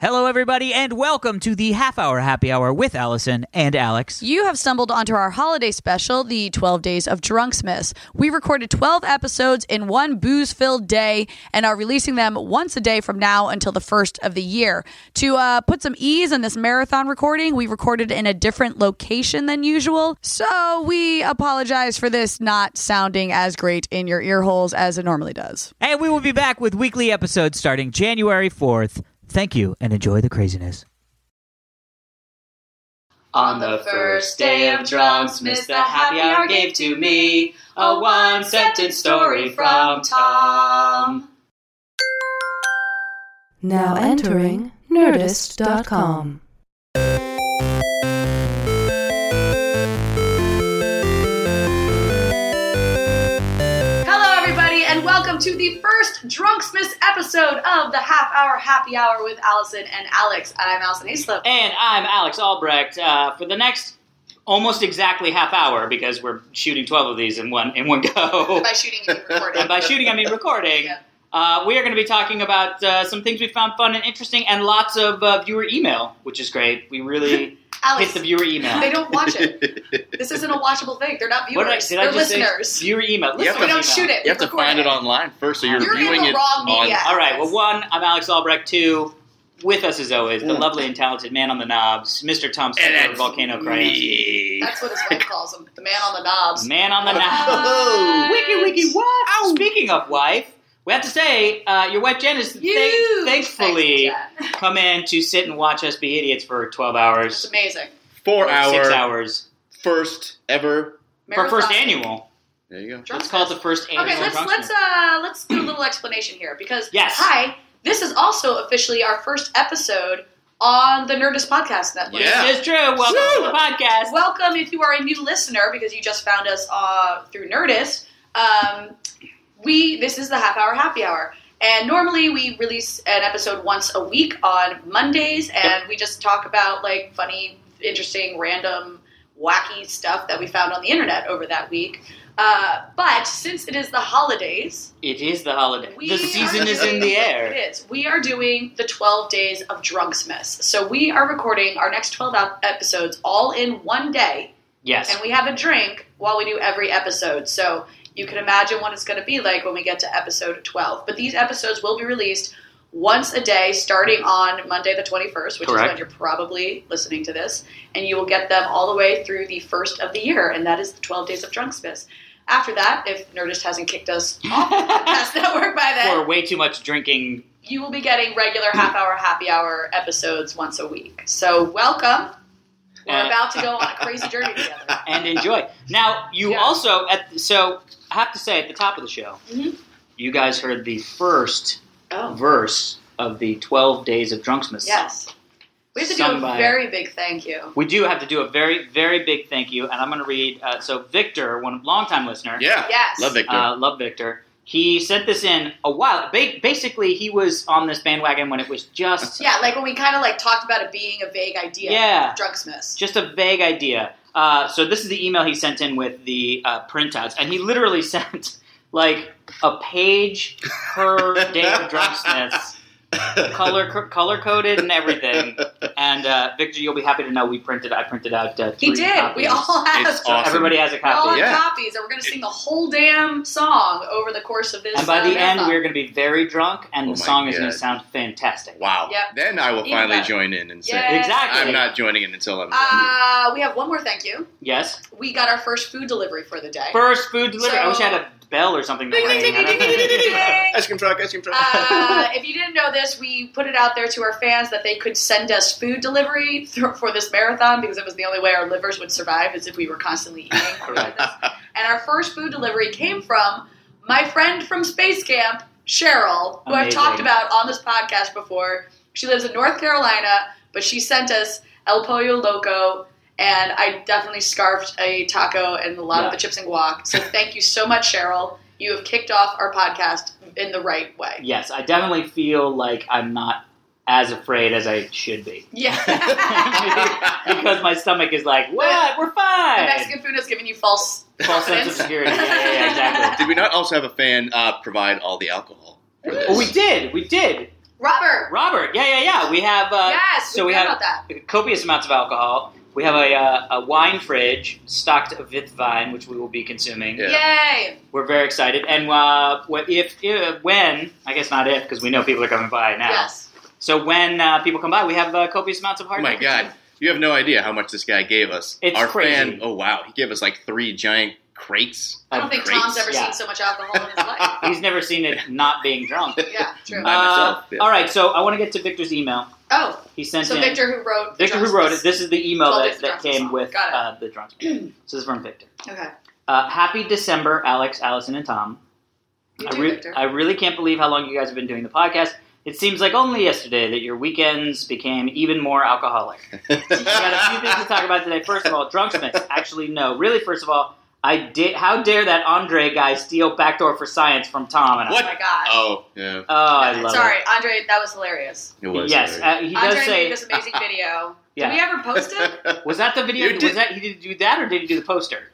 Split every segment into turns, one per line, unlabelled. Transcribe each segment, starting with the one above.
Hello, everybody, and welcome to the half hour happy hour with Allison and Alex.
You have stumbled onto our holiday special, the 12 Days of Drunksmiths. We recorded 12 episodes in one booze filled day and are releasing them once a day from now until the first of the year. To uh, put some ease in this marathon recording, we recorded in a different location than usual. So we apologize for this not sounding as great in your ear holes as it normally does.
And we will be back with weekly episodes starting January 4th. Thank you and enjoy the craziness.
On the first day of drums, Miss the Happy Hour gave to me a one sentence story from Tom.
Now entering Nerdist.com.
Hello, everybody, and welcome to the first Drunksmiths episode of the Half Hour Happy Hour with Allison and Alex. I'm Allison Hayslip.
And I'm Alex Albrecht. Uh, for the next almost exactly half hour, because we're shooting 12 of these in one, in one go.
By shooting and recording.
and by shooting, I mean recording.
Yeah.
Uh, we are going to be talking about uh, some things we found fun and interesting, and lots of uh, viewer email, which is great. We really hit
Alex,
the viewer email.
they don't watch it. This isn't a watchable thing. They're not
What
viewers.
did I, did
They're
I just
listeners.
say? Viewer email.
You have
Listeners
to-
we don't
email.
shoot it.
You have
we
to find it
record
online first, so you're,
You're in
viewing
the
it
wrong
on.
media.
All right. Well, one, I'm Alex Albrecht. Two, with us as always, the
Mm.
lovely and talented man on the knobs, Mr. Tom
And
Sumner,
that's
Volcano Crayon.
me.
That's what his wife calls him. The man on the knobs.
Man on the knobs.
Oh.
Wiki, wiki, what? Oh, Speaking of wife, we have to say uh, your wife Janice
You!
thank- thankfully
Thanks, Jen.
come in to sit and watch us be idiots for 12
It's
hours,
amazing.
or
Four hour,
six hours,
first ever.
for first
Marathon.
annual.
There you go.
Drunk
It's called the first annual.
Okay, let's
Drunk
let's
Smash.
uh let's do a little explanation here because
Yes.
hi, this is also officially our first episode on the Nerdist Podcast Network.
Yeah.
This is true. Welcome to the podcast.
Welcome if you are a new listener because you just found us uh, through Nerdist. Um, we this is the half hour happy hour, and normally we release an episode once a week on Mondays, and we just talk about like funny, interesting, random, wacky stuff that we found on the internet over that week. Uh, but since it is the holidays,
It is the holiday.
we
the
are
season is
doing-
in the air.
It is. We are doing the 12 days of Drunksmiths. So we are recording our next 12 ep- episodes all in one day
Yes.
and we have a drink while we do every episode. So you can imagine what it's going to be like when we get to episode 12. But these episodes will be released once a day starting on Monday the 21st, which is when
Correct.
you're probably listening to this, and you will get them all the way through the first of the year, and that is the 12 days of Drunksmiths. After that, if Nerdist hasn't kicked us off the podcast network by
for
then,
way too much drinking.
you will be getting regular half hour happy hour episodes once a week. So welcome. We're
Uh,
about to go on a crazy journey together.
and enjoy. Now you
Yeah.
also at so I have to say at the top of the show,
Mhm.
you guys heard the first
Oh.
verse of the Twelve Days of Drunksmith.
Yes. We have to do a
Somebody.
very big thank you.
We do have to do a very, very big thank you, and I'm going to read. Uh, so Victor, one longtime listener,
Yeah.
Yes.
Love Victor.
uh, love Victor. He sent this in a while. Ba- basically, he was on this bandwagon when it was just
Yeah, like when we kind of like talked about it being a vague idea.
Yeah.
Drunksmiths.
just a vague idea. Uh, so this is the email he sent in with the uh, printouts, and he literally sent like a page per day of Drunksmiths,
Um,
color color coded and everything. And uh, Victor, you'll be happy to know we printed. I printed out. Uh,
he
three
did. We
copies.
all have.
It's
So
awesome.
everybody has a
we all have
copy.
Yeah.
copies, and we're going to sing the whole damn song over the course of this.
And by
uh,
the end,
marathon.
we're going to be very drunk, and
Oh
the
my
song is going to
God.
sound fantastic.
Wow.
Yep.
Then I will
Even
finally
better.
join in and say,
Yeah.
Exactly.
I'm not joining in until I'm done.
Uh, we have one more thank you.
Yes.
We got our first food delivery for the day.
First food delivery. I wish I
So-
had a bell or something. to
Ding, ding,
ring.
ding, ding, ding, ding, ding, ding, ding.
Ice cream truck, ice cream truck.
Uh, if you didn't know this, we put it out there to our fans that they could send us food delivery th- for this marathon because it was the only way our livers would survive is if we were constantly eating. for this. and our first food delivery came from my friend from space camp, Cheryl, who I've
Amazing.
talked about on this podcast before. She lives in North Carolina, but she sent us El Pollo Loco. And I definitely scarfed a taco and a lot of
Yeah.
the chips and guac. So thank you so much, Cheryl. You have kicked off our podcast in the right way.
Yes, I definitely feel like I'm not as afraid as I should be.
Yeah.
because my stomach is like, what? We're fine.
the Mexican food has given you false
False sense
confidence.
of security. Yeah, yeah, yeah, exactly.
Did we not also have a fan uh, provide all the alcohol? For this?
Oh, we did. We did.
Robert,
Robert, sure. Yeah, yeah, yeah. We have. Uh,
yes,
so we
forgot
have
about that.
copious amounts of alcohol. We have a, uh, a wine fridge stocked with wine, which we will be consuming.
Yeah.
Yay!
We're very excited. And uh, wh- if, if when I guess not if because we know people are coming by now.
Yes.
So when uh, people come by, we have uh, copious amounts of hard.
Oh my
liquor.
god, you have no idea how much this guy gave us.
It's
Our
crazy.
fan, oh wow, he gave us like three giant crates.
I don't
of
think
crates.
Tom's ever
Yeah.
seen so much alcohol in his life.
He's never seen it not being drunk.
Yeah, true.
By myself,
Uh,
yeah.
All right, so I want to get to Victor's email.
oh,
He sent
so
in
Victor who wrote the
Victor who wrote it.
Drunks-
This is the email
Well,
that,
it's the
that
drunk
came
song.
with
Got it.
uh, the drunk. song. this is from Victor.
Okay.
Uh, happy December, Alex, Allison, and Tom.
You
I,
do,
re-
Victor.
I really can't believe how long you guys have been doing the podcast. It seems like only yesterday that your weekends became even more alcoholic. We got a few things to talk about today. First of all, drunksmiths. Actually, no. Really, first of all, I did. How dare that Andre guy steal backdoor for science from Tom? And I-
oh my
What?
god.
Oh, yeah,
Oh, I love
Sorry,
it.
Andre, that was hilarious.
it was.
Yes,
hilarious.
uh, he does
Andre
say.
made this amazing video.
Yeah.
Did we ever post it?
Was that the video?
You
was
did-
that he did do that, or did he do the poster?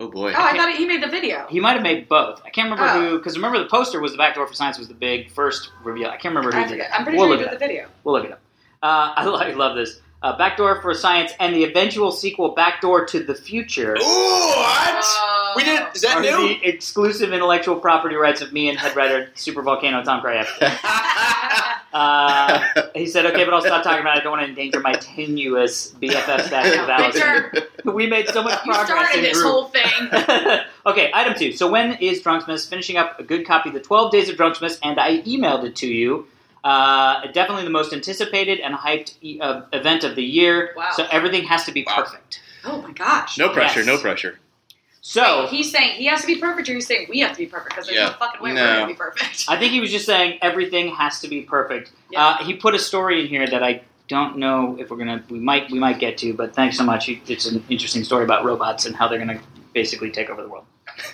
oh boy.
Oh, I thought he made the video.
He might have made both. I can't remember
Oh.
who, because remember the poster was the back door for science was the big first reveal. I can't remember who
I
did
forget.
that.
I'm pretty
we'll
sure
look
he
it
did
up.
the video.
We'll look it up. Uh, I, lo- I love this. Uh, backdoor for science and the eventual sequel, Backdoor to the Future,
Ooh, what?
Whoa.
we did. Oh, Is that
are
new?
the exclusive intellectual property rights of me and head writer Super Volcano Tom Kraft. Uh, he said, "Okay, but I'll stop talking about it. I don't want to endanger my tenuous BFF status of Allison."
Victor,
We made so much
you
progress
started
in
this
group.
whole thing.
okay, item two. So when is Drunksmiths finishing up a good copy of the 12 Days of Drunksmiths? And I emailed it to you. Uh, definitely the most anticipated and hyped e- uh, event of the year.
Wow.
So everything has to be
Wow.
perfect.
Oh my gosh.
no pressure.
Yes.
No pressure.
So
Wait, he's saying he has to be perfect, or he's saying we have to be perfect because there's no
Yeah.
fucking way
No.
we're gonna be perfect.
I think he was just saying everything has to be perfect.
Yeah.
Uh, he put a story in here that I don't know if we're gonna we might we might get to, but thanks so much. He- It's an interesting story about robots and how they're gonna basically take over the world.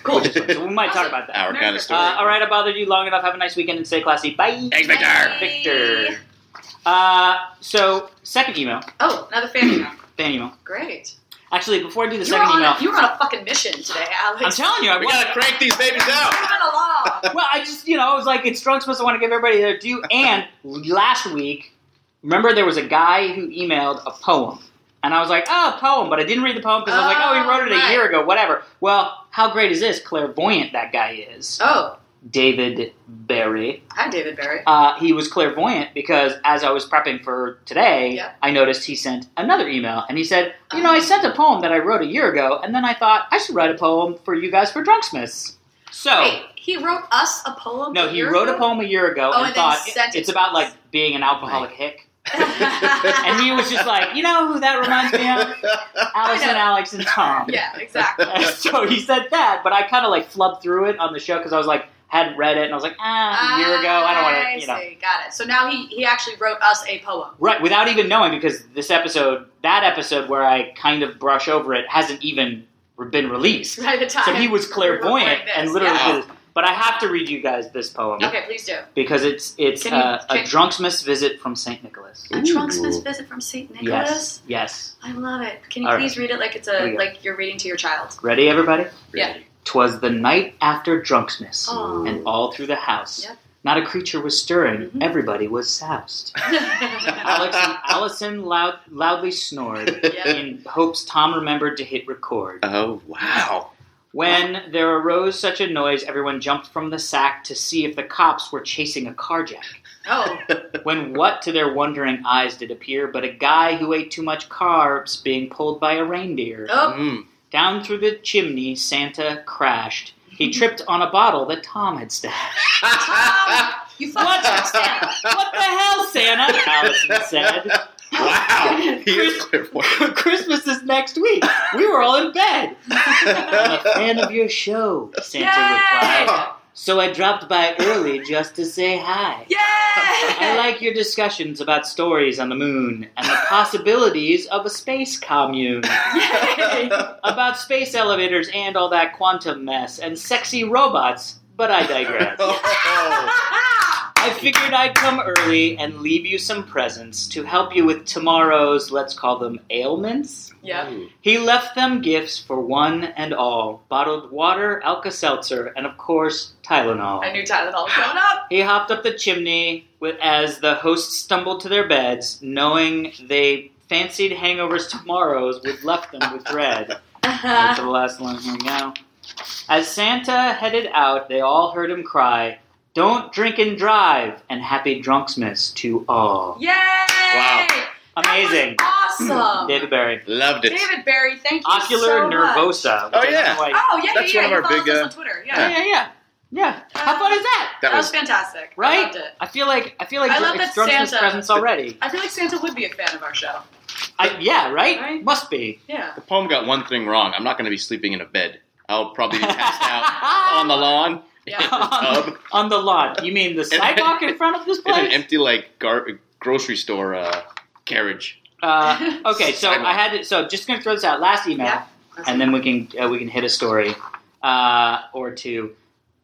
Cool.
Which is fun. So we might talk about that.
Our kind of story.
Uh, all right, I bothered you long enough. Have a nice weekend and stay classy. Bye.
Thanks, Victor.
Victor. Uh, so, second email.
Oh, another fan email.
Fan email.
Great.
Actually, before I do the
You were,
second
on
email,
a, you were on a fucking mission today, Alex.
I'm telling you, I
Uh, We
want-
gotta crank these babies out.
Moving along.
well, I just, you know, I was like, it's drunk supposed to want to give everybody their due. And last week, remember there was a guy who emailed a poem. And I was like, oh, poem. But I didn't read the poem because I was like, oh, he
Oh,
wrote it a
right.
year ago, whatever. Well, how great is this? Clairvoyant that guy is.
Oh,
David Berry.
hi, David Barry.
uh, he was clairvoyant because as I was prepping for today,
Yep.
I noticed he sent another email and he said, You know, I sent a poem that I wrote a year ago, and then I thought I should write a poem for you guys for Drunksmiths. So,
Wait, he wrote us a poem.
Oh. no,
a
he
year
wrote a
ago?
poem a year ago
Oh, and
and,
then
thought
sent it
it's
to
about
us."
like being an alcoholic hick. And
and
he was just like, You know who that reminds me of? Allison,
know.
Alex, and Tom.
yeah, exactly.
And so he said that, but I kind of like flubbed through it on the show because I was like, hadn't read it, and I was like, ah, a year ago, I don't want to, you know.
see. Got it. So now he he actually wrote us a poem.
Right, without even knowing, because this episode, that episode where I kind of brush over it, hasn't even been released.
By the time
So he was clairvoyant
recording this,
and literally.
yeah.
did this. But I have to read you guys this poem
Yeah. Okay, please do.
because it's it's
Can you-
uh, a
can-
drunksmith's visit from Saint Nicholas.
A Trunksmith's visit from Saint Nicholas.
Yes, yes.
I love it. Can you
All right.
please read it like it's
Here
a
we go.
like you're reading to your child?
Ready, everybody?
Yeah.
Twas the night after drunksmith's,
Aw.
and all through the house,
Yep.
not a creature was stirring.
Mhm.
Everybody was soused. Alex and Allison loud, loudly snored
Yeah.
in hopes Tom remembered to hit record.
Oh wow.
When there arose such a noise, everyone jumped from the sack to see if the cops were chasing a carjack.
oh,
When what to their wondering eyes did appear but a guy who ate too much carbs being pulled by a reindeer.
oh,
Mm.
Down through the chimney, Santa crashed. He tripped on a bottle that Tom had stashed.
Tom, you
What?
fucking understand.
What the hell, Santa? Allison said.
Wow. He
Chris-
is clairvoyant.
Christmas is next week. We were all in bed. I'm a fan of your show, Santa
Yay!
replied. So I dropped by early just to say hi.
Yay!
I like your discussions about stories on the moon and the possibilities of a space commune, about space elevators and all that quantum mess and sexy robots, but I digress.
Oh.
I figured I'd come early and leave you some presents to help you with tomorrow's, let's call them ailments.
Yeah.
He left them gifts for one and all bottled water, Alka Seltzer, and of course, Tylenol.
knew Tylenol was coming up.
He hopped up the chimney with, as the hosts stumbled to their beds, knowing they fancied hangovers tomorroow's would left them with dread. That's the last line here now. As Santa headed out, they all heard him cry, Don't drink and drive, and happy drunksmith to all.
Yay!
Wow.
Amazing.
awesome.
David Barry.
Loved it.
Berry, thank
Ocular nervosa. which
Oh,
I don't
yeah.
know why-
Oh yeah,
That's one of our
follows
big,
us
uh,
Twitter.
yeah, yeah, yeah. Yeah. How fun is that?
That was
fantastic. I
Right?
loved it.
I feel like I feel like
I love
it's
that
drunksmith's
Santa-
presence already.
I feel like Santa would be a fan of our show.
I, yeah, right?
Right?
Must be.
Yeah.
the poem got one thing wrong. I'm not going to be sleeping in a bed. I'll probably be passed out on the lawn
Yeah.
on, on the lawn. You mean the sidewalk in front of this
in an
place?
empty like gar- grocery store uh, carriage.
Uh, okay, so
Sidewalk.
I had to, so just gonna throw this out. Last email,
Yeah.
and then we can uh, we can hit a story uh, or two.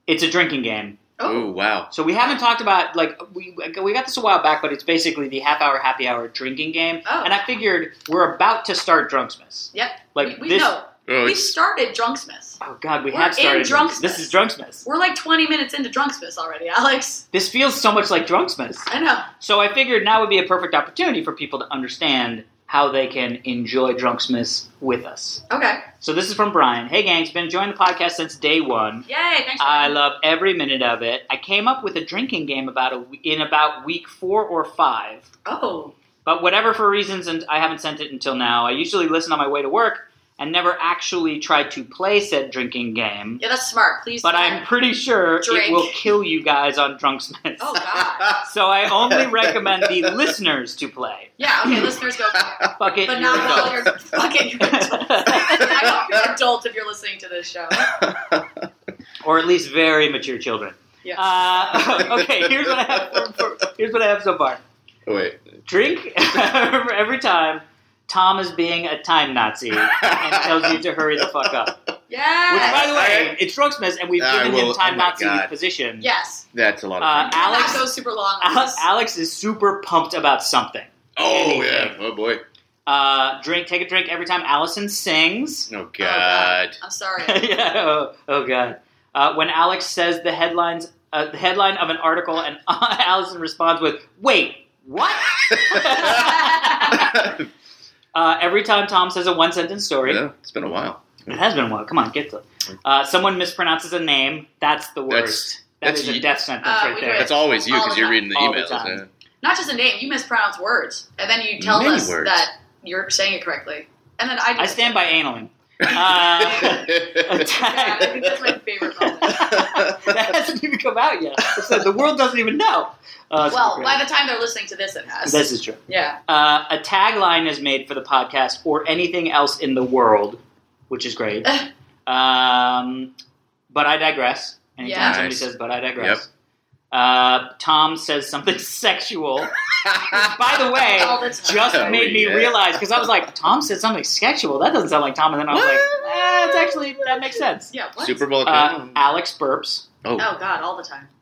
It's a drinking game.
Oh.
Oh wow.
So we haven't talked about like we we got this a while back, but it's basically the half hour happy hour drinking game.
Oh.
And I figured we're about to start Drunksmiths.
Yep.
Like
we, we
this.
know.
Oh,
We
it's-
started Drunksmith.
Oh God, we
We're
have
in
started. Drunksmiths. This
Drunksmiths.
is Drunksmiths.
We're like 20 minutes into Drunksmith already, Alex.
This feels so much like Drunksmiths.
I know.
So I figured now would be a perfect opportunity for people to understand how they can enjoy Drunksmiths with us.
Okay.
So this is from Brian. Hey, gang, it's been enjoying the podcast since day one.
Yay. Thanks. For
I love every minute of it. I came up with a drinking game about a, w- in about week four or five,
Oh.
but whatever for reasons, and I haven't sent it until now. I usually listen on my way to work and never actually try to play said drinking game.
Yeah, that's smart. Please.
But
do that.
I'm pretty sure it
Drink.
will kill you guys on Drunksmiths.
Oh God.
So I only recommend the listeners to play.
Yeah. Okay. Listeners, go. For it.
Fuck it.
But
you're
not
adult.
while you're fucking. You're an adult. I hope you're an adult if you're listening to this show.
or at least very mature children.
Yeah.
Uh, okay, here's what I have. For, for- here's what I have so far.
oh, wait.
Drink every time Tom is being a time Nazi and tells you to hurry the fuck up. Which, by
yes.
the way, it's Strokesmith, and we've
I
given him
will-
time
oh my
Nazi
God.
position.
Yes.
That's a lot
Uh,
of. fun.
Alex,
Not go super long. on
Al-
this.
Alex is super pumped about something.
oh yeah.
anything.
Oh boy.
Uh, drink, take a drink every time Allison sings.
Oh
Oh, God.
god.
I'm sorry.
yeah. Oh, oh god. Uh, when Alex says the headlines, uh, the headline of an article, and Allison responds with, "Wait, what?" uh, every time Tom says a one-sentence story,
yeah, it's been a while.
it has been a while. Come on, get to. it. Uh, someone mispronounces a name. That's the
That's-
worst.
that's
that is a
ye-
death sentence
Uh,
right
we
there.
were-
That's always you
All
because
the
you're
time.
reading the
All the
emails.
time.
yeah.
Not just a name. You mispronounce words, and then you tell
Many
us
words.
that you're saying it correctly. And then I. Do
I stand by analing. Uh,
Yeah, I
attack.
think that's my favorite moment.
that hasn't even come out yet. So the world doesn't even know. Uh, it's
well,
great.
by the time they're listening to this, it has.
this is true.
yeah.
Uh, a tagline is made for the podcast or anything else in the world, which is great. um, but I digress. Anytime
Yeah.
somebody
Nice.
says, but I digress. Uh, Tom says something sexual. By the way,
All the time.
just
Oh,
made me
yeah.
realize because I was like, Tom said something sexual. That doesn't sound like Tom. And then I was like, eh, it's actually, that makes sense.
Yeah. What?
Super Bowl.
Uh, Alex burps.
oh,
Oh God, all the time.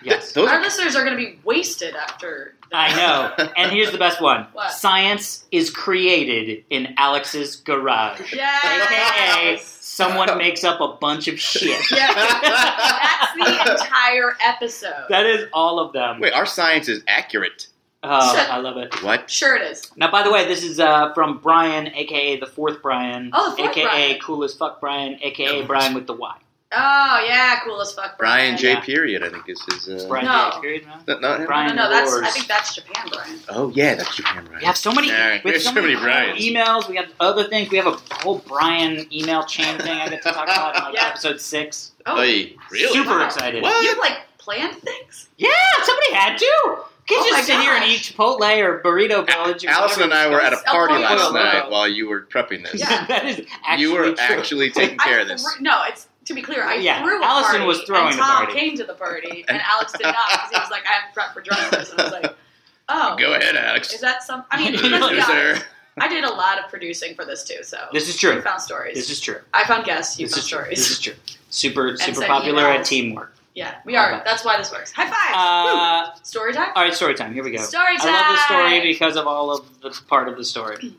Yes.
those
Our
are
listeners are going to be wasted after.
I know. And here's the best one
What?
science is created in Alex's garage. AKA,
Yes.
someone makes up a bunch of shit.
yeah. That's the entire episode.
That is all of them.
Wait, our science is accurate.
Oh, I love it.
What?
sure it is.
Now, by the way, this is uh, from Brian, aka the fourth Brian,
Oh, the fourth
aka
Brian.
cool as fuck Brian, aka Brian with the Y.
Oh yeah, cool as fuck.
Brian J.
Yeah.
Period, I think is his.
It's
Uh,
Brian
No.
J. Period, man.
not, not him?
Brian
No, no, that's. I
Lors.
think that's Japan, Brian.
Oh yeah, that's Japan Brian.
We have so many.
Alright,
we have
there's
so
so many
many
Brians.
emails. We have other things. We have a whole Brian email chain thing I get to talk about in like
Yeah.
episode six.
Oh,
Hey, really?
Super
Wow.
excited.
What?
you like planned things?
Yeah, somebody had to. You
Oh
Can't
my
just sit here and
gosh.
eat Chipotle or Burrito Village. or
Allison and
whatever
I were at a
it's
El
party
Pollo
last
Loco.
night while you were prepping this.
Yeah.
that is actually
you were
true.
actually taking care
I
of this.
threw- no, it's to be clear. I
Yeah,
threw a
Allison
party,
was throwing
and
the
Tom
party.
came to the party, and Alex did not because he was like, "I have to prep for drugs." And I was like, "Oh,
Go ahead, Alex.
is that some?" I mean, let's be honest,
Loser.
I did a lot of producing for this too, so
This is
you
true.
found stories.
This is true.
I found guests. You
This
found
is true. This
stories.
is true. Super super
sent
popular at
emails.
teamwork.
Yeah, we are.
Okay.
That's why this works. High five.
Uh,
Story time.
all right, story time. Here we go.
Story
I love this story
time.
because of all of the part of the story.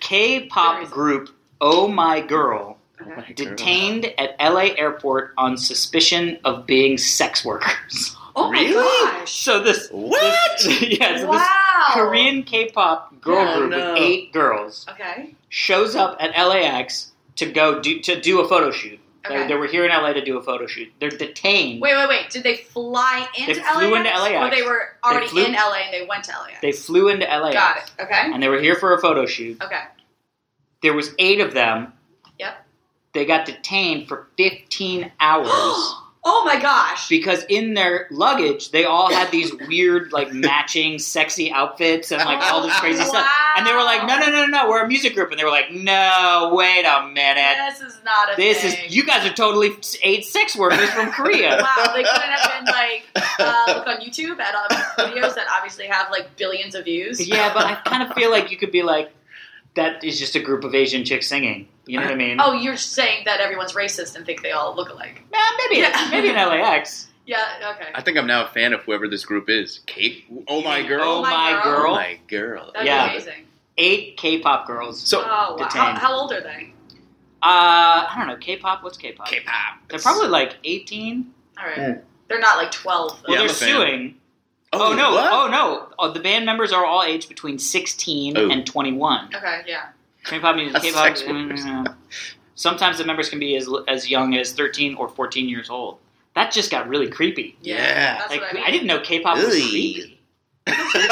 K-pop group Oh My Girl
Okay.
detained at LA airport on suspicion of being sex workers.
Oh my
Really?
gosh!
So this
What?
This, yeah, so this
wow.
Korean K-pop girl
Oh,
group
no.
with eight girls
Okay.
shows up at LAX to go do, to do a photo shoot. They-
Okay.
They, were here in LA to do a photo shoot. They're detained.
Wait, wait, wait. Did they fly into
They flew into LAX.
Or they were already
flew-
in LA and they went to LAX.
They flew into LAX.
Got it. Okay.
And they were here for a photo shoot.
Okay.
There was eight of them.
Yep.
They got detained for 15 hours
Oh my gosh.
because in their luggage they all had these weird, like matching, sexy outfits and like all this crazy stuff. And they were like, "No, no, no, no, we're a music group." And they were like, "No, wait a minute.
This is not a
This
thing.
is you guys are totally eight sex workers from Korea."
Wow, they couldn't have been like uh, look on YouTube at um, videos that obviously have like billions of views.
Yeah, but I kind of feel like you could be like, that is just a group of Asian chicks singing. You know what I mean?
Oh, you're saying that everyone's racist and think they all look alike.
Eh, maybe
Yeah.
maybe in LAX.
Yeah. Okay.
I think I'm now a fan of whoever this group is. Kate? Oh my girl.
Oh my,
my
girl.
Oh my girl.
That'd
yeah.
be amazing.
Eight K-pop girls.
So,
Oh wow. How,
detained.
how old are they?
Uh, I don't know. K-pop. What's K-pop?
K-pop.
They're probably like eighteen.
All right.
Mm.
They're not like twelve. though.
Well,
Yeah, I'm
they're
a fan.
suing. Oh, no! Oh no! Oh, the band members are all aged between sixteen
Oh.
and twenty-one.
Okay. Yeah.
K-pop music.
That's
K-pop.
sex workers.
mm, Sometimes the members can be as as young as thirteen or fourteen years old. That just got really creepy.
Yeah.
Yeah.
That's
like
what I mean.
didn't know K-pop was
Ooh.
creepy.
What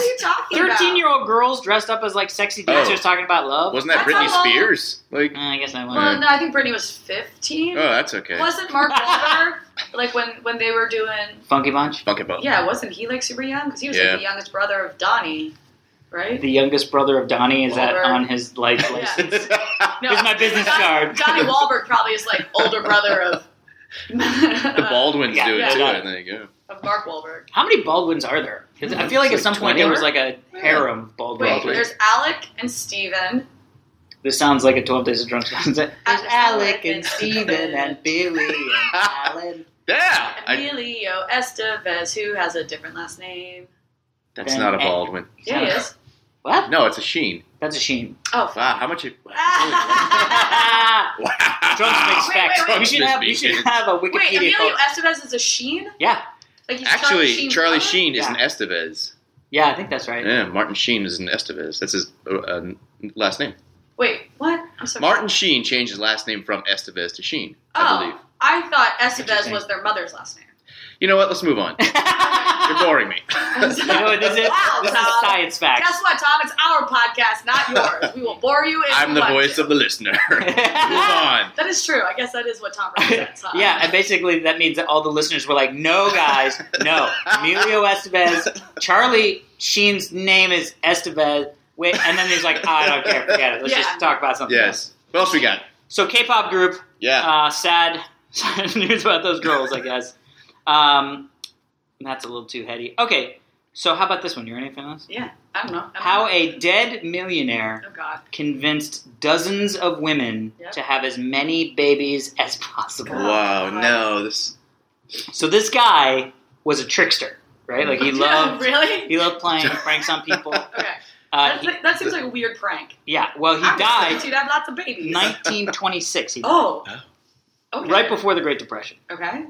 are you talking about?
Thirteen-year-old girls dressed up as like sexy dancers
Oh.
talking about love.
Wasn't that
That's
Britney
how long-
Spears? Like,
Uh, I guess I went.
Well, no, I think Britney was fifteen.
oh, that's okay.
Wasn't Mark Wahlberg like when when they were doing?
Funky Bunch,
Fuck about.
Yeah, wasn't he like super young? Because he was
Yeah.
like the youngest brother of Donnie, right?
the youngest brother of Donnie, is that
Wahlberg.
on his life license?
the
Here's my business
Don-
card.
Donnie Wahlberg probably is like older brother of
Baldwins
Yeah,
do it
yeah.
too.
Yeah.
And there you go.
of Mark Wahlberg.
How many Baldwins are there? 'Cause I feel like at
Like
some point
20
there was like a harem of
Wait,
Baldwins.
Wahlberg.
there's Alec and Steven.
This sounds like a Twelve Days of Drunk. there's Alec and Steven and Billy and Alan.
Yeah. I,
Emilio Estevez, who has a different last name.
that's not a Baldwin.
Yeah, he is.
What?
No, it's a Sheen.
That's a shame.
Oh, f-
Wow. How much? It,
Drunks
wow.
makes facts.
wait, wait.
You should have. You should have a
wait,
Wikipedia.
Emilio
called-
Estevez is a Sheen.
yeah,
Like he's Charlie
Actually,
Sheen's
Charlie
brother?
Sheen is
Yeah.
an Estevez.
yeah, I think that's right.
Yeah, Martin Sheen is an Estevez. That's his uh, uh, last name.
Wait, what? I'm sorry.
Martin Sheen changed his last name from Estevez to Sheen, I
Oh,
believe.
I thought Estevez
Interesting.
was their mother's last name.
You know what? Let's move on. You're boring me.
You know what this is?
Wow,
this is
Tom.
science facts.
Guess what, Tom? It's our podcast, not yours. We will bore you. If
I'm
you
the
want
voice
to.
of the listener. move on.
That is true. I guess that is what Tom represents. Huh?
yeah, and basically that means that all the listeners were like, "No, guys, no." Emilio Estevez, Charlie Sheen's name is Estevez. Wait, and then he's like, "I don't care, forget it. Let's
Yeah.
just talk about something." Else.
Yes. What else we got?
So K-pop group,
Yeah.
uh, sad, sad news about those girls, I guess. Um, that's a little too heady. Okay, so how about this one? You ready for this?
Yeah. I don't know. I don't
How
know.
a dead millionaire
Oh God.
convinced dozens of women
Yep.
to have as many babies as possible.
wow. No. This.
So this guy was a trickster, right? Like he loved
really.
he loved playing pranks on people.
Okay.
Uh,
That's
he-
like- that seems like a weird prank.
yeah, well, he
I'm
died
You'd have lots of babies.
1926. He died,
Oh.
Oh.
Okay.
right before the Great Depression,
Okay.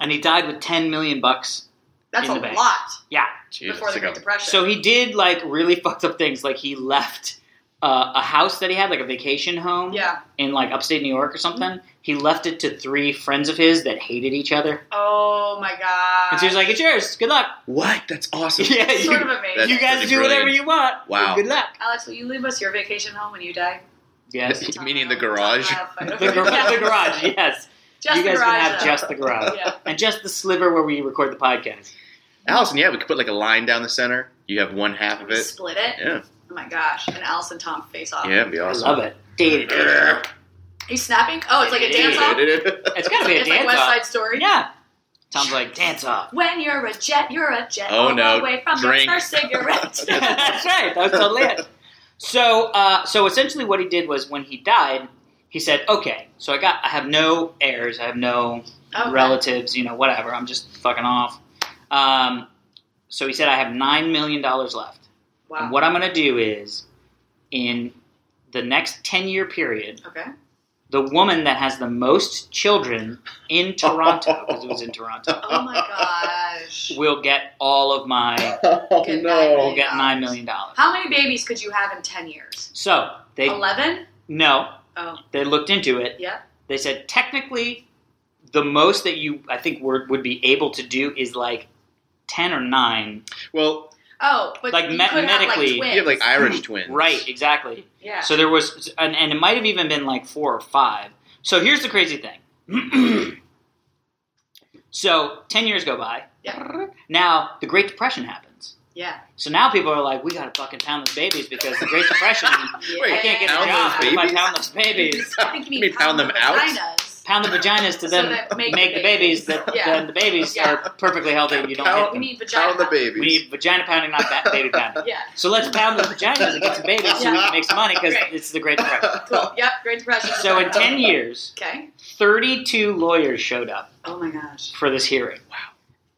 and he died with 10 million bucks.
That's
In
a
the bank.
lot
Yeah,
Jeez,
before the
that's like a-
Great Depression.
so he did like really fucked up things. Like he left uh, a house that he had, like a vacation home,
Yeah.
in like upstate New York or something. He left it to three friends of his that hated each other,
Oh my God.
and so he's like, "It's yours. Good luck.
what? That's awesome.
Yeah, you,
sort of amazing.
That's
you guys
pretty
do whatever
brilliant.
you want.
Wow.
Good luck."
Alex, will you leave us your vacation home when you die?
Yes.
Meaning
Uh,
the garage.
the
The, gar- the garage, yes.
Just
you
the
guys
garage.
can have
though.
just the garage.
Yeah.
And just the sliver where we record the podcast.
Allison, yeah, we could put like a line down the center. You have one half of it.
Split it.
Yeah.
Oh my gosh. And Alice and Tom face off.
Yeah, it'd be
I
awesome.
love it. Dated. it.
He's snapping. Oh, it's like a dance off.
It's gotta be a
It's like
dance
West
off.
Side Story.
Yeah. Tom's like, dance off.
When you're a jet, you're a jet.
Oh,
all
no.
the way from
Drink.
your first cigarette.
That's right. That was totally it. So uh, so essentially what he did was when he died, he said, Okay, so I got I have no heirs, I have no
Okay.
relatives, you know, whatever. I'm just fucking off. Um, so he said, I have $9 million left.
Wow.
And what I'm going to do is, in the next 10 year period,
okay.
the woman that has the most children in Toronto, because it was in Toronto,
Oh my gosh.
will get all of my,
Oh
Good
will
no!
night.
get $9 million.
How many babies could you have in ten years?
So they,
Eleven.
no,
Oh,
they looked into it.
yeah.
They said, technically, the most that you, I think, were, would be able to do is like 10 or 9.
Well,
Oh, but
Like,
you
me-
could
medically,
have, like,
you have like
twins.
Irish twins,
Right, exactly.
yeah.
So there was, and, and it might have even been like four or five. So here's the crazy thing. so 10 years go by.
Yeah.
Now the Great Depression happens.
yeah.
So now people are like, we gotta fucking pound those babies because the Great Depression, I
Wait,
Yeah.
can't get
Pound
a job
those
if I
babies?
pound those babies.
I think you
You
mean,
mean pound them
the
out?
vaginas.
Pound the vaginas to
So
then
that
make,
make
the
the babies.
babies, that
Yeah.
then the babies
Yeah.
are perfectly healthy and you don't hit
Pound-
You
them.
mean vagina.
Pound the babies.
We need vagina pounding, not ba- baby pounding.
Yeah.
So let's pound the vaginas and get some babies so we
Yeah.
can make some money because
Great.
it's the Great Depression.
Cool. Yep. Great depression.
So in 10 years,
Okay.
32 lawyers showed up
Oh my gosh.
for this hearing. Wow.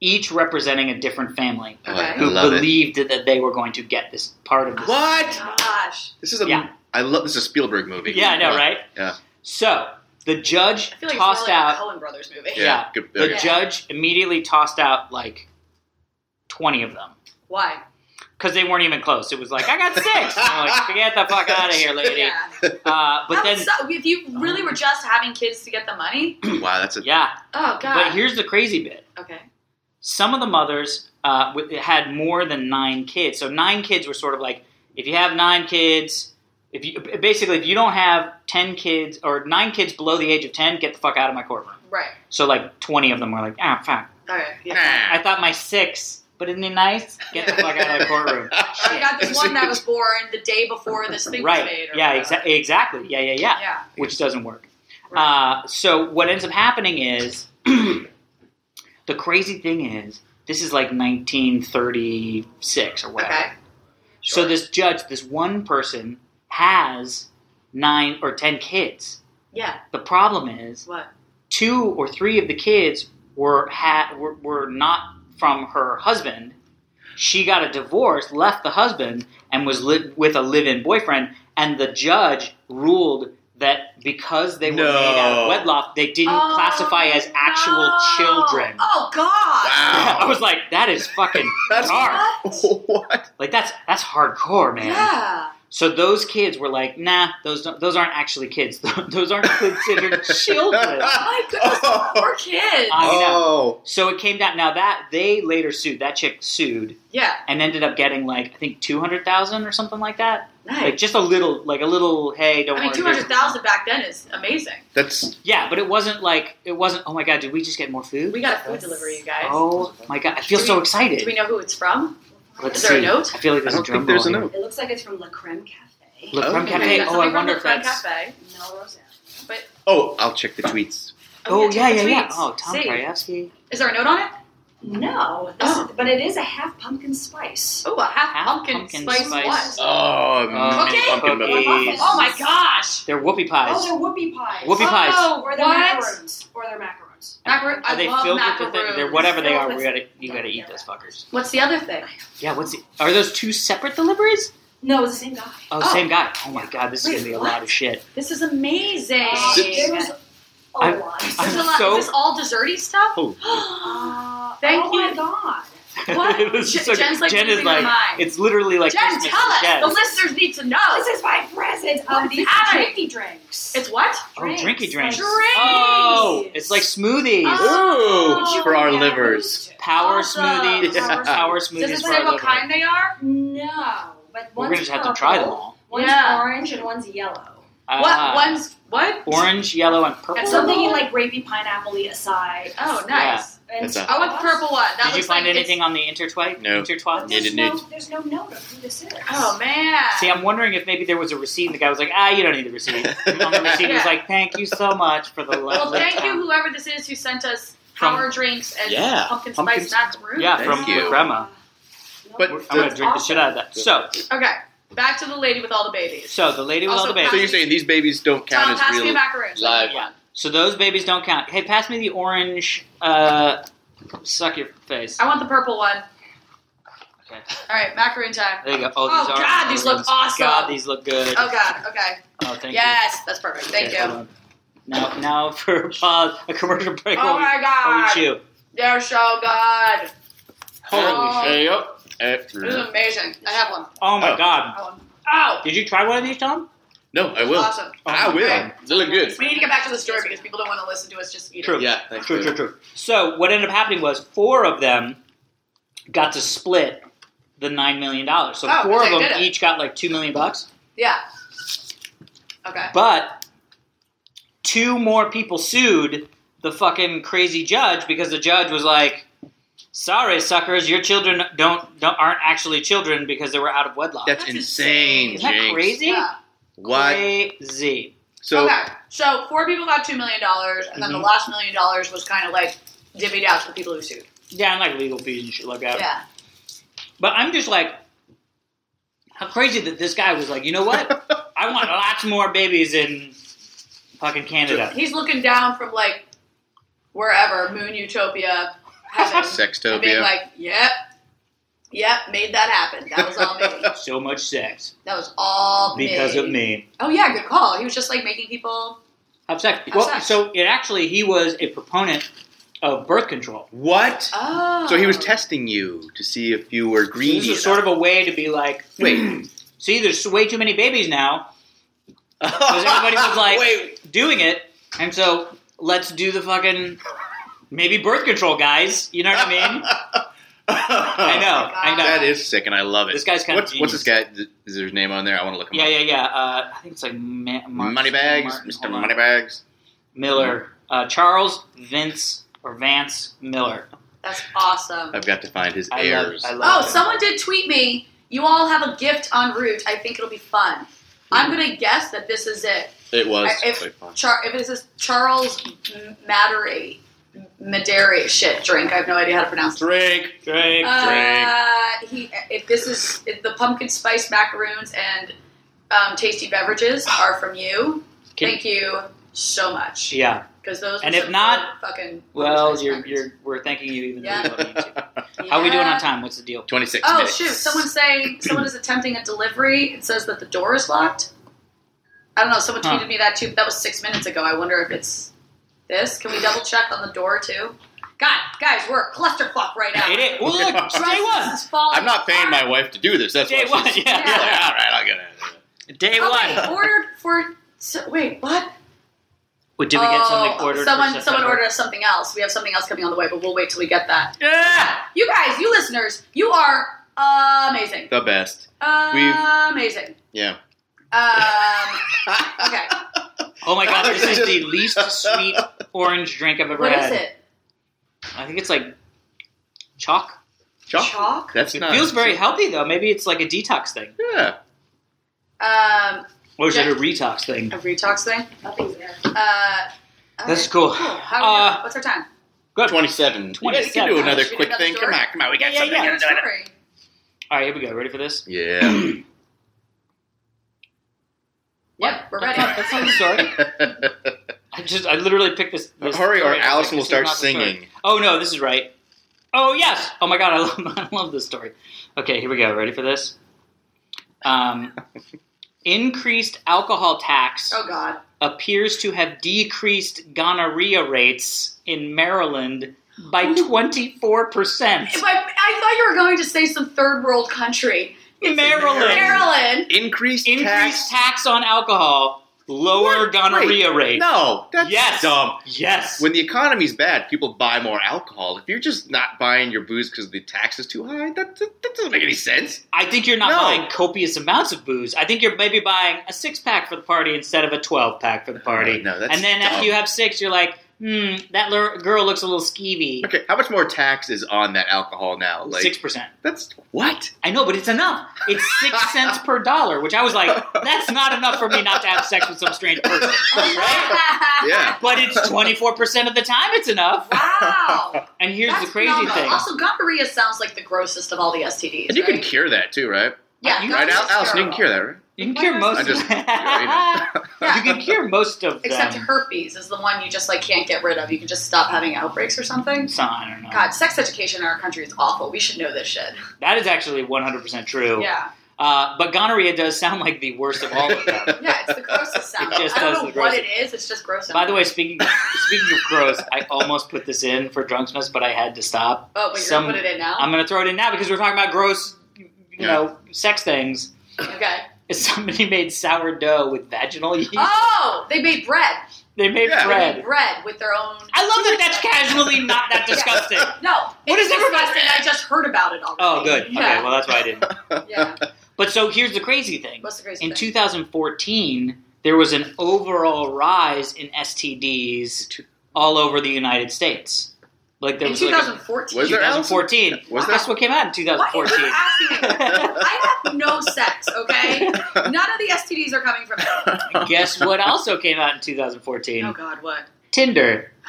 Each representing a different family
Oh, I
Okay. Oh
who
love it.
believed that they were going to get this part of this.
What?
Gosh.
This is a. I
Yeah.
love this is a Spielberg movie.
Yeah, I know, right?
Yeah.
So the judge
I feel like
tossed
it's more like
out.
a Coen Brothers movie.
Yeah.
Yeah.
Good,
The
okay.
judge immediately tossed out like 20 of them
Why?
because they weren't even close. It was like I got six. I'm like, get the fuck out of here, lady.
Yeah.
Uh, but
That
then,
would suck. if you really were just having kids to get the money,
Wow, that's a.
yeah.
oh
But
god.
here's the crazy bit.
okay.
some of the mothers uh, with- had more than nine kids. So nine kids were sort of like if you have nine kids, if you basically if you don't have ten kids or nine kids below the age of ten, get the fuck out of my courtroom.
Right.
So like twenty of them were like, ah, fuck.
All right. Yeah.
I thought my six, but isn't it nice? Get the fuck out of the courtroom.
Or I got this one that was born the day before this thing was
right?
made. Or
Yeah,
whatever.
exa- exactly. Yeah, yeah, yeah.
Yeah.
Which doesn't work.
Right.
Uh, so what ends up happening is the crazy thing is this is like 1936 or whatever.
okay.
So this judge, this one person, has nine or ten kids.
Yeah.
The problem is
What?
two or three of the kids were ha- were, were not from her husband. She got a divorce, left the husband, and was li- with a live-in boyfriend. And the judge ruled that because they were
No.
made out of wedlock, they didn't
Oh,
classify as actual
no.
children.
Oh God.
Wow.
I was like, that is fucking
That's-
dark.
what?
Like that's that's hardcore, man.
Yeah.
So those kids were like, nah, those don't- those aren't actually kids. those aren't considered children.
My goodness.
Oh.
Poor kids.
I
Oh,
So it came down. Now that they later sued, that chick sued
yeah.
and ended up getting like I think two hundred thousand or something like that. Like
Nice.
just a little, like a little. Hey, don't
I mean,
worry.
two hundred thousand back then is amazing.
that's
Yeah, but it wasn't like it wasn't. Oh my god, did we just get more food?
We got a food delivery, you guys.
Oh my god, I feel
Do we-
so excited.
Do we know who it's from?
Let's
is there a
see.
note?
I feel like
I
there's a
don't
drum
think there's a
roll here.
note.
It looks like it's from La Creme Cafe.
Le Creme
Okay.
Cafe.
Got
Oh, I
something
wonder
from the
if
Creme
that's.
Cafe.
Melrose Avenue.
But
Oh, I'll check the tweets.
Oh yeah, yeah,
check the
yeah.
tweets.
Oh, Tom
See.
Krajewski.
Is there a note on it?
No, this
Oh.
is- but it is a half pumpkin spice.
Oh, a half,
Half
pumpkin,
pumpkin
spice,
spice.
what?
Oh, mini
Okay.
pumpkin
Okay.
muffins.
Oh my gosh!
They're whoopie pies.
Oh, they're whoopie pies.
Whoopie pies.
Oh,
Or
what?
they're macaroons. Or they're macaroons.
Macar- I
are they
love
filled
macaroons.
with the thing? They're whatever they are.
Filled
We
with-
gotta, you gotta eat those fuckers.
What's the other thing?
Yeah. What's the, are those two separate deliveries?
No, it's the same guy.
Oh,
Oh.
same guy. Oh my god, this is
Wait,
gonna be a
what?
lot of shit.
This is amazing.
Uh,
Six.
there was a
I'm-
lot.
This is, a
I'm
lot.
so-
is this all desserty stuff?
Oh,
Uh,
Thank
oh
you.
my god.
What?
It was
Je-
so good.
Jen's like
Jen is
losing her
like,
mind.
it's literally like
Jen,
Christmas
tell
for
us.
Jen.
The listeners need to know.
This is my present
What
of these
time?
drinky drinks.
It's what?
Oh, drinky drinks.
drinks.
Oh, it's like smoothies.
Oh.
Ooh, for our livers.
Power
Awesome.
smoothies.
Yeah.
Power
Does it
smoothies for
say
our
what
liver.
kind they are?
No, but
We're
one's
gonna just have
purple,
to try them all.
One's
Yeah.
orange and one's yellow.
Ah,
What? One's what?
Orange, yellow, and purple.
And something you like grapey pineapple-y aside.
Oh,
Yeah.
nice.
And
That's a-
I want the Oh, purple one. That
Did you
looks
find
like it's-
anything on the intertwine?
No.
But
Intertwine?
Yeah.
There's,
Needed
no,
nude.
there's no note of who this is.
Oh man.
See, I'm wondering if maybe there was a receipt, and the guy was like, "Ah, you don't need the receipt." And on the receipt, he was
Yeah.
like, "Thank you so much for the
Well,
love."
thank you, whoever this is, who sent us
From-
power drinks and
Yeah,
pumpkin
pumpkin
spice macaroons.
Yeah,
Thank
from
you.
grandma.
No.
But-
I'm gonna drink the shit out of that. So,
Okay, back to the lady with all the babies.
so the lady with all
Also,
the babies.
so you're saying these babies don't count
Tom,
as
pass me a
real
macaroon.
live?
Yeah. So those babies don't count. Hey, pass me the orange. Uh, suck your face.
I want the purple one.
Okay.
All right, macaroon time.
There you go.
Oh,
Oh, these are
God, these look
ones.
awesome.
God, these look good.
Oh God. Okay.
Oh, thank
yes, that's perfect.
you.
Thank
Okay,
you.
hold on. Now, now for a pause, a commercial break.
Oh
while we,
my
while we
God.
chew.
They're so good.
Holy
Oh.
shit.
This is
Eh,
amazing. I have one.
Oh my
Oh.
God!
Oh, oh
Did you try one of these, Tom?
No, I will.
awesome.
I will. They look good.
We need to get back to the story because people don't want to listen to us just eat.
True.
It.
Yeah, thanks.
True,
dude.
true, true. So what ended up happening was four of them got to split the nine million dollars. So
Oh,
four
'cause
of
they
them
did it.
each got like two million bucks,
Yeah. Okay.
but two more people sued the fucking crazy judge because the judge was like, "Sorry, suckers, your children don't, don't aren't actually children because they were out of wedlock."
That's,
That's
insane.
insane.
Isn't that
Jinx.
crazy?
Yeah.
What?
Crazy.
So
okay, so four people got two million dollars, and then the last million dollars was kind of like divvied out to the people who sued.
Yeah, and like legal fees and shit like that.
Yeah,
But I'm just like, how crazy that this guy was like, you know what? I want lots more babies in fucking Canada.
he's looking down from like wherever Moon Utopia, heaven, and being
Sextopia.
like, "Yep, yep, made that happen. That was all me.
So much sex
That was all
because of me.
Oh yeah, good call. He was just like making people.
Have sex.
Have
Well,
sex.
so it actually he was a proponent of birth control.
what?
Oh,
So he was testing you to see if you were
So
greedy.
this was sort of a way to be like,
Wait.
see, there's way too many babies now. Because everybody was like
Wait.
doing it, and so let's do the fucking maybe birth control, guys. You know what I mean? I know. I know.
That is sick, and I love it.
This guy's kinda
what's, what's this guy? Is there his name on there? I want to look him
Yeah,
up.
yeah, yeah. Uh, I think it's like Ma- Mark-
Moneybags,
Martin,
Mr.
hold on.
Moneybags.
Miller, uh, Charles Vince or Vance Miller.
That's awesome.
I've got to find his
I love,
heirs.
I love.
Oh,
it.
someone did tweet me. You all have a gift en route. I think it'll be fun. I'm gonna guess that this is it.
it was.
I- if-
really fun.
Char- if this is Charles M- Mattery, M- Maderi shit drink. I have no idea how to pronounce it.
Drink.
Drake.
Uh, he, if this is if the pumpkin spice macaroons and um, tasty beverages are from you,
Can-
thank you so much
Yeah.
because those.
And
were
if
some
not,
good fucking.
Well,
pumpkin spice
you're,
macaroons.
you're we're thanking you. Even though
Yeah.
we love you too. How are we doing
Yeah.
on time? What's the deal?
26
Oh
minutes.
shoot! Someone's saying someone is attempting a delivery. It says that the door is locked. I don't know. Someone
Huh.
tweeted me that too. but That was six minutes ago. I wonder if it's this. Can we double check on the door too? God, guys, we're a clusterfuck right now.
It is. Well, look,
This
day
This
one.
is falling
I'm not paying my
apart.
wife to do this. That's
Day
why
one.
she's-
Yeah.
she's like, all right, I'll get it.
Day
Okay,
one.
ordered for. So, wait, what?
Wait, did we get something
Oh,
ordered?
Someone, someone
for September?
ordered us something else. We have something else coming on the way, but we'll wait till we get that.
Yeah.
You guys, you listeners, you are amazing.
The best.
Amazing.
Yeah.
Um, okay.
Oh my god, this is the least sweet orange drink I've ever
What
had.
is it?
I think it's like chalk.
Chalk? That's
It
not.
feels very healthy though. Maybe it's like a detox thing,
Yeah.
Um,
or is it
Yeah.
Oh, a retox thing?
a retox thing.
Nothing's there.
Uh,
That's cool.
How are we-
Uh,
what's our time?
Good.
27. You guys
27.
can do another
Should we do
quick
another
thing.
story?
Come on, come on. We got
Yeah, yeah,
something.
yeah.
to do.
Story.
All right, here we go. Ready for this?
Yeah.
Yep, we're ready.
That's not the story. I just, I literally picked this. this
Hurry, or
story. I was like,
Allison will
this is
start
not the story.
singing.
Oh no, this is right. Oh yes. Oh my god, I love, I love this story. Okay, here we go. Ready for this? Um, increased alcohol tax
Oh God.
appears to have decreased gonorrhea rates in Maryland by twenty four percent.
If I, I thought you were going to say some third world country.
Maryland
Maryland.
Increased,
increased tax on alcox, lower
What?
gonorrhea
Wait,
rate.
No, that's
Yes.
dumb.
Yes.
When the economy's bad, people buy more alcohol. If you're just not buying your booze because the tax is too high, that, that, that doesn't make any sense.
I think you're not
No.
buying copious amounts of booze. I think you're maybe buying a six pack for the party instead of a twelve pack for the party.
Uh, No, that's
and then after
dumb.
you have six, you're like, hmm, that lur- girl looks a little skeevy.
Okay, how much more tax is on that alcohol now? Like
Six percent.
That's what?
I know, but it's enough. It's six cents per dollar, which I was like, that's not enough for me not to have sex with some strange person, right?
Yeah.
But it's twenty four percent of the time it's enough.
wow.
And here's
That's
the crazy
phenomenal.
thing.
Also, gonorrhea sounds like the grossest of all the STDs.
And you
right?
can cure that too, right?
yeah,
you-
gonorrhea's
right, Al- Allison, you can
terrible.
cure that, right?
You can cure most.
I just,
of,
yeah,
you can cure most of
Except
them.
herpes is the one you just like can't get rid of. You can just stop having outbreaks or something.
So, I don't know.
God, sex education in our country is awful. We should know this shit.
That is actually 100% true.
Yeah,
Uh, but gonorrhea does sound like the worst of all of them.
yeah, it's the grossest sound.
It just
I don't
does
know
the
what it
grossest.
is. It's just gross.
By the
sound.
way, speaking speaking of gross, I almost put this in for Drunksmith, but I had to stop.
oh, but you're
some-
gonna put it in now.
I'm going to throw it in now because we're talking about gross, you
Yeah.
know, sex things.
okay.
Is somebody made sourdough with vaginal yeast?
Oh, they made bread.
they made
Yeah.
They
bread.
made bread with their own.
I love that that's casually not that
Yeah.
disgusting.
No,
What
it's
is everybody-
disgusting. I just heard about it already.
Oh, good. Okay,
Yeah.
well, that's why I didn't.
yeah.
But so here's the crazy thing.
What's the crazy
In
thing?
2014, there was an overall rise in STDs all over the United States. Like there
in
was like a-
2014.
Was there else?
2014.
Was there-
That's what came out in
What are you
2014.
asking? me? I have no sex, okay? None of the STDs are coming from it.
Guess what also came out in 2014?
Oh God, what?
Tinder.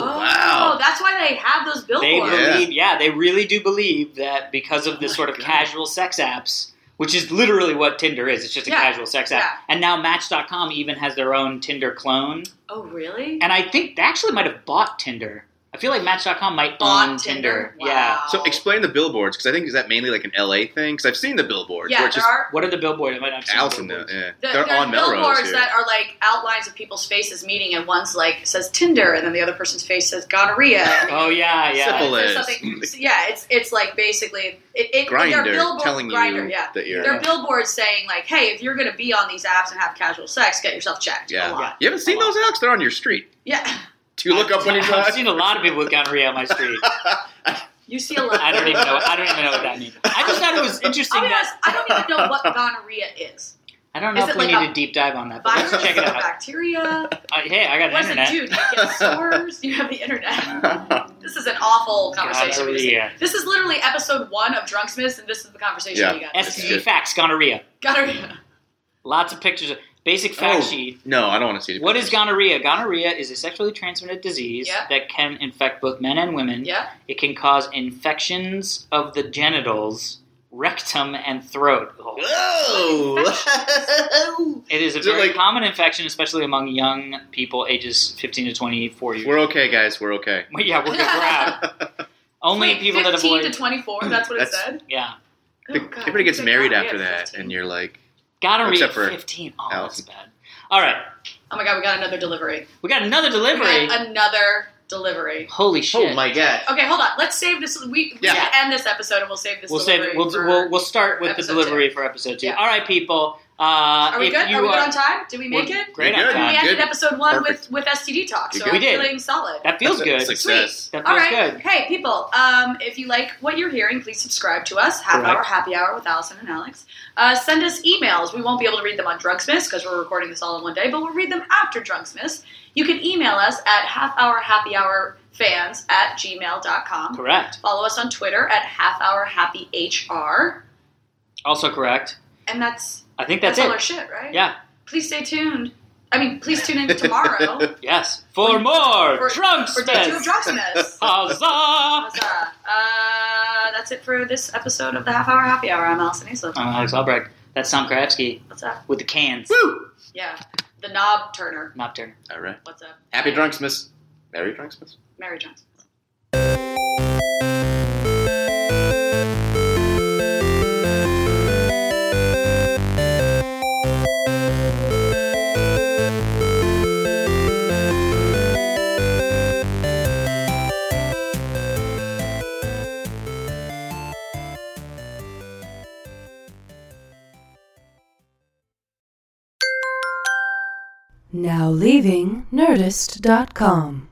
Oh,
wow.
that's why they have those
They
billboards.
Yeah.
believe, yeah, they really do believe that because
Oh
of this sort of casual sex apps, which is literally what Tinder is. It's just a
Yeah.
casual sex app.
Yeah.
And now Match.com even has their own Tinder clone.
Oh, really?
And I think they actually might have bought Tinder. I feel like Match.com might own
On
Tinder.
Wow.
Yeah.
So explain the billboards because I think is that mainly like an LA thing? Because I've seen the billboards.
Yeah,
where
there
it's just
are.
What are the billboards? I might not have seen
Allison. uh,
the
Yeah,
billboards.
there-
they're
there are
on Melrose
billboards
here.
that are like outlines of people's faces meeting, and one's like says Tinder, and then the other person's face says gonorrhea. and
Oh yeah, yeah.
Syphilis.
there's something- so, yeah, it's it's like basically it, it their
Grinder
billboard
telling
grinder,
you
yeah.
that you're.
There are billboards saying like, "Hey, if you're going to be on these apps and have casual sex, get yourself checked."
Yeah.
a lot.
You haven't seen
Come on.
those, Alex? They're on your street.
Yeah,
Do you look up when you drive?
I've seen a lot of people with gonorrhea on my street.
you see a lot.
I don't even know. I don't even know what that means. I just thought it was interesting.
I'll be
That,
honest, I don't even know what gonorrhea is.
I don't know
Is
if
it
we
like
need
a
a deep dive on that. But
Virus,
let's check it out.
bacteria.
Uh, hey, I got an
What does it
internet.
do? Do you get sores? You have the internet. This is an awful conversation. we just had.
Gonorrhea.
This is literally episode one of Drunksmiths, and this is the conversation
Yeah.
we got.
That's
STD
good.
E facts. Gonorrhea.
Gonorrhea.
Lots of pictures. of- Basic fact
Oh,
sheet.
no, I don't want to see it.
What is gonorrhea? Gonorrhea is a sexually transmitted disease
Yeah.
that can infect both men and women.
Yeah.
It can cause infections of the genitals, rectum, and throat.
Whoa!
It is a
Is it
very
like-
common infection, especially among young people ages 15 to 24 years.
We're okay, guys. We're okay.
Well, yeah, we're good. We're out. Only
Wait,
people that
15
avoid.
to 24, that's what it
That's-
said?
yeah,
Oh,
The-
God.
Everybody gets
Good
oh,
married
God,
after
yeah,
that,
15.
and you're like,
gonorrhea
Except
at
for
15. Oh,
Allison.
that's bad. All right,
Oh my god, we got another delivery.
we got another
We got
delivery.
another delivery.
Holy shit!
Oh god.
Okay, hold on. Let's save this. We, we
Yeah.
can end this episode and we'll save this
we'll
delivery.
save. We'll,
for-
we'll we'll start with the
episode
delivery for episode two.
Yeah.
All right, people. Uh, are
are we
if
good?
You
Are we
are,
good on time? Did we make
we're
it?
Great
We're
on
good.
And we
time.
Yeah.
ended
Good.
episode one
Perfect.
with, with STD talk, so
You're
I'm
good. We did.
feeling solid.
That feels good. That feels
Success.
All right.
good.
Hey, people. Um, if you like what you're hearing, please subscribe to us. Half
Correct.
hour happy hour with Allison and Alex. Uh, send us emails. We won't be able to read them on Drunksmiths because we're recording this all in one day, but we'll read them after Drunksmiths. You can email us at half hour happy hour fans at gmail.com.
Correct.
Follow us on Twitter at half hour happy HR.
Also correct.
And that's
I think that's,
all our
it.
shit, right?
yeah.
Please stay tuned. I mean, please tune in tomorrow
Yes. For more
for-
drunk
for day two of
spits.
Drunksmiths.
Huzzah!
Huzzah. Uh, that's it for this episode of the Half Hour Happy Hour. I'm Allison Isla.
I'm Alex Albrecht. That's Tom Krabsky
What's up?
with the cans.
Woo!
Yeah. The Knob Turner.
Knob Turner.
All right.
What's up?
Happy Drunksmas. Merry Drunksmas.
Mary Johnson.
Now leaving Nerdist.com.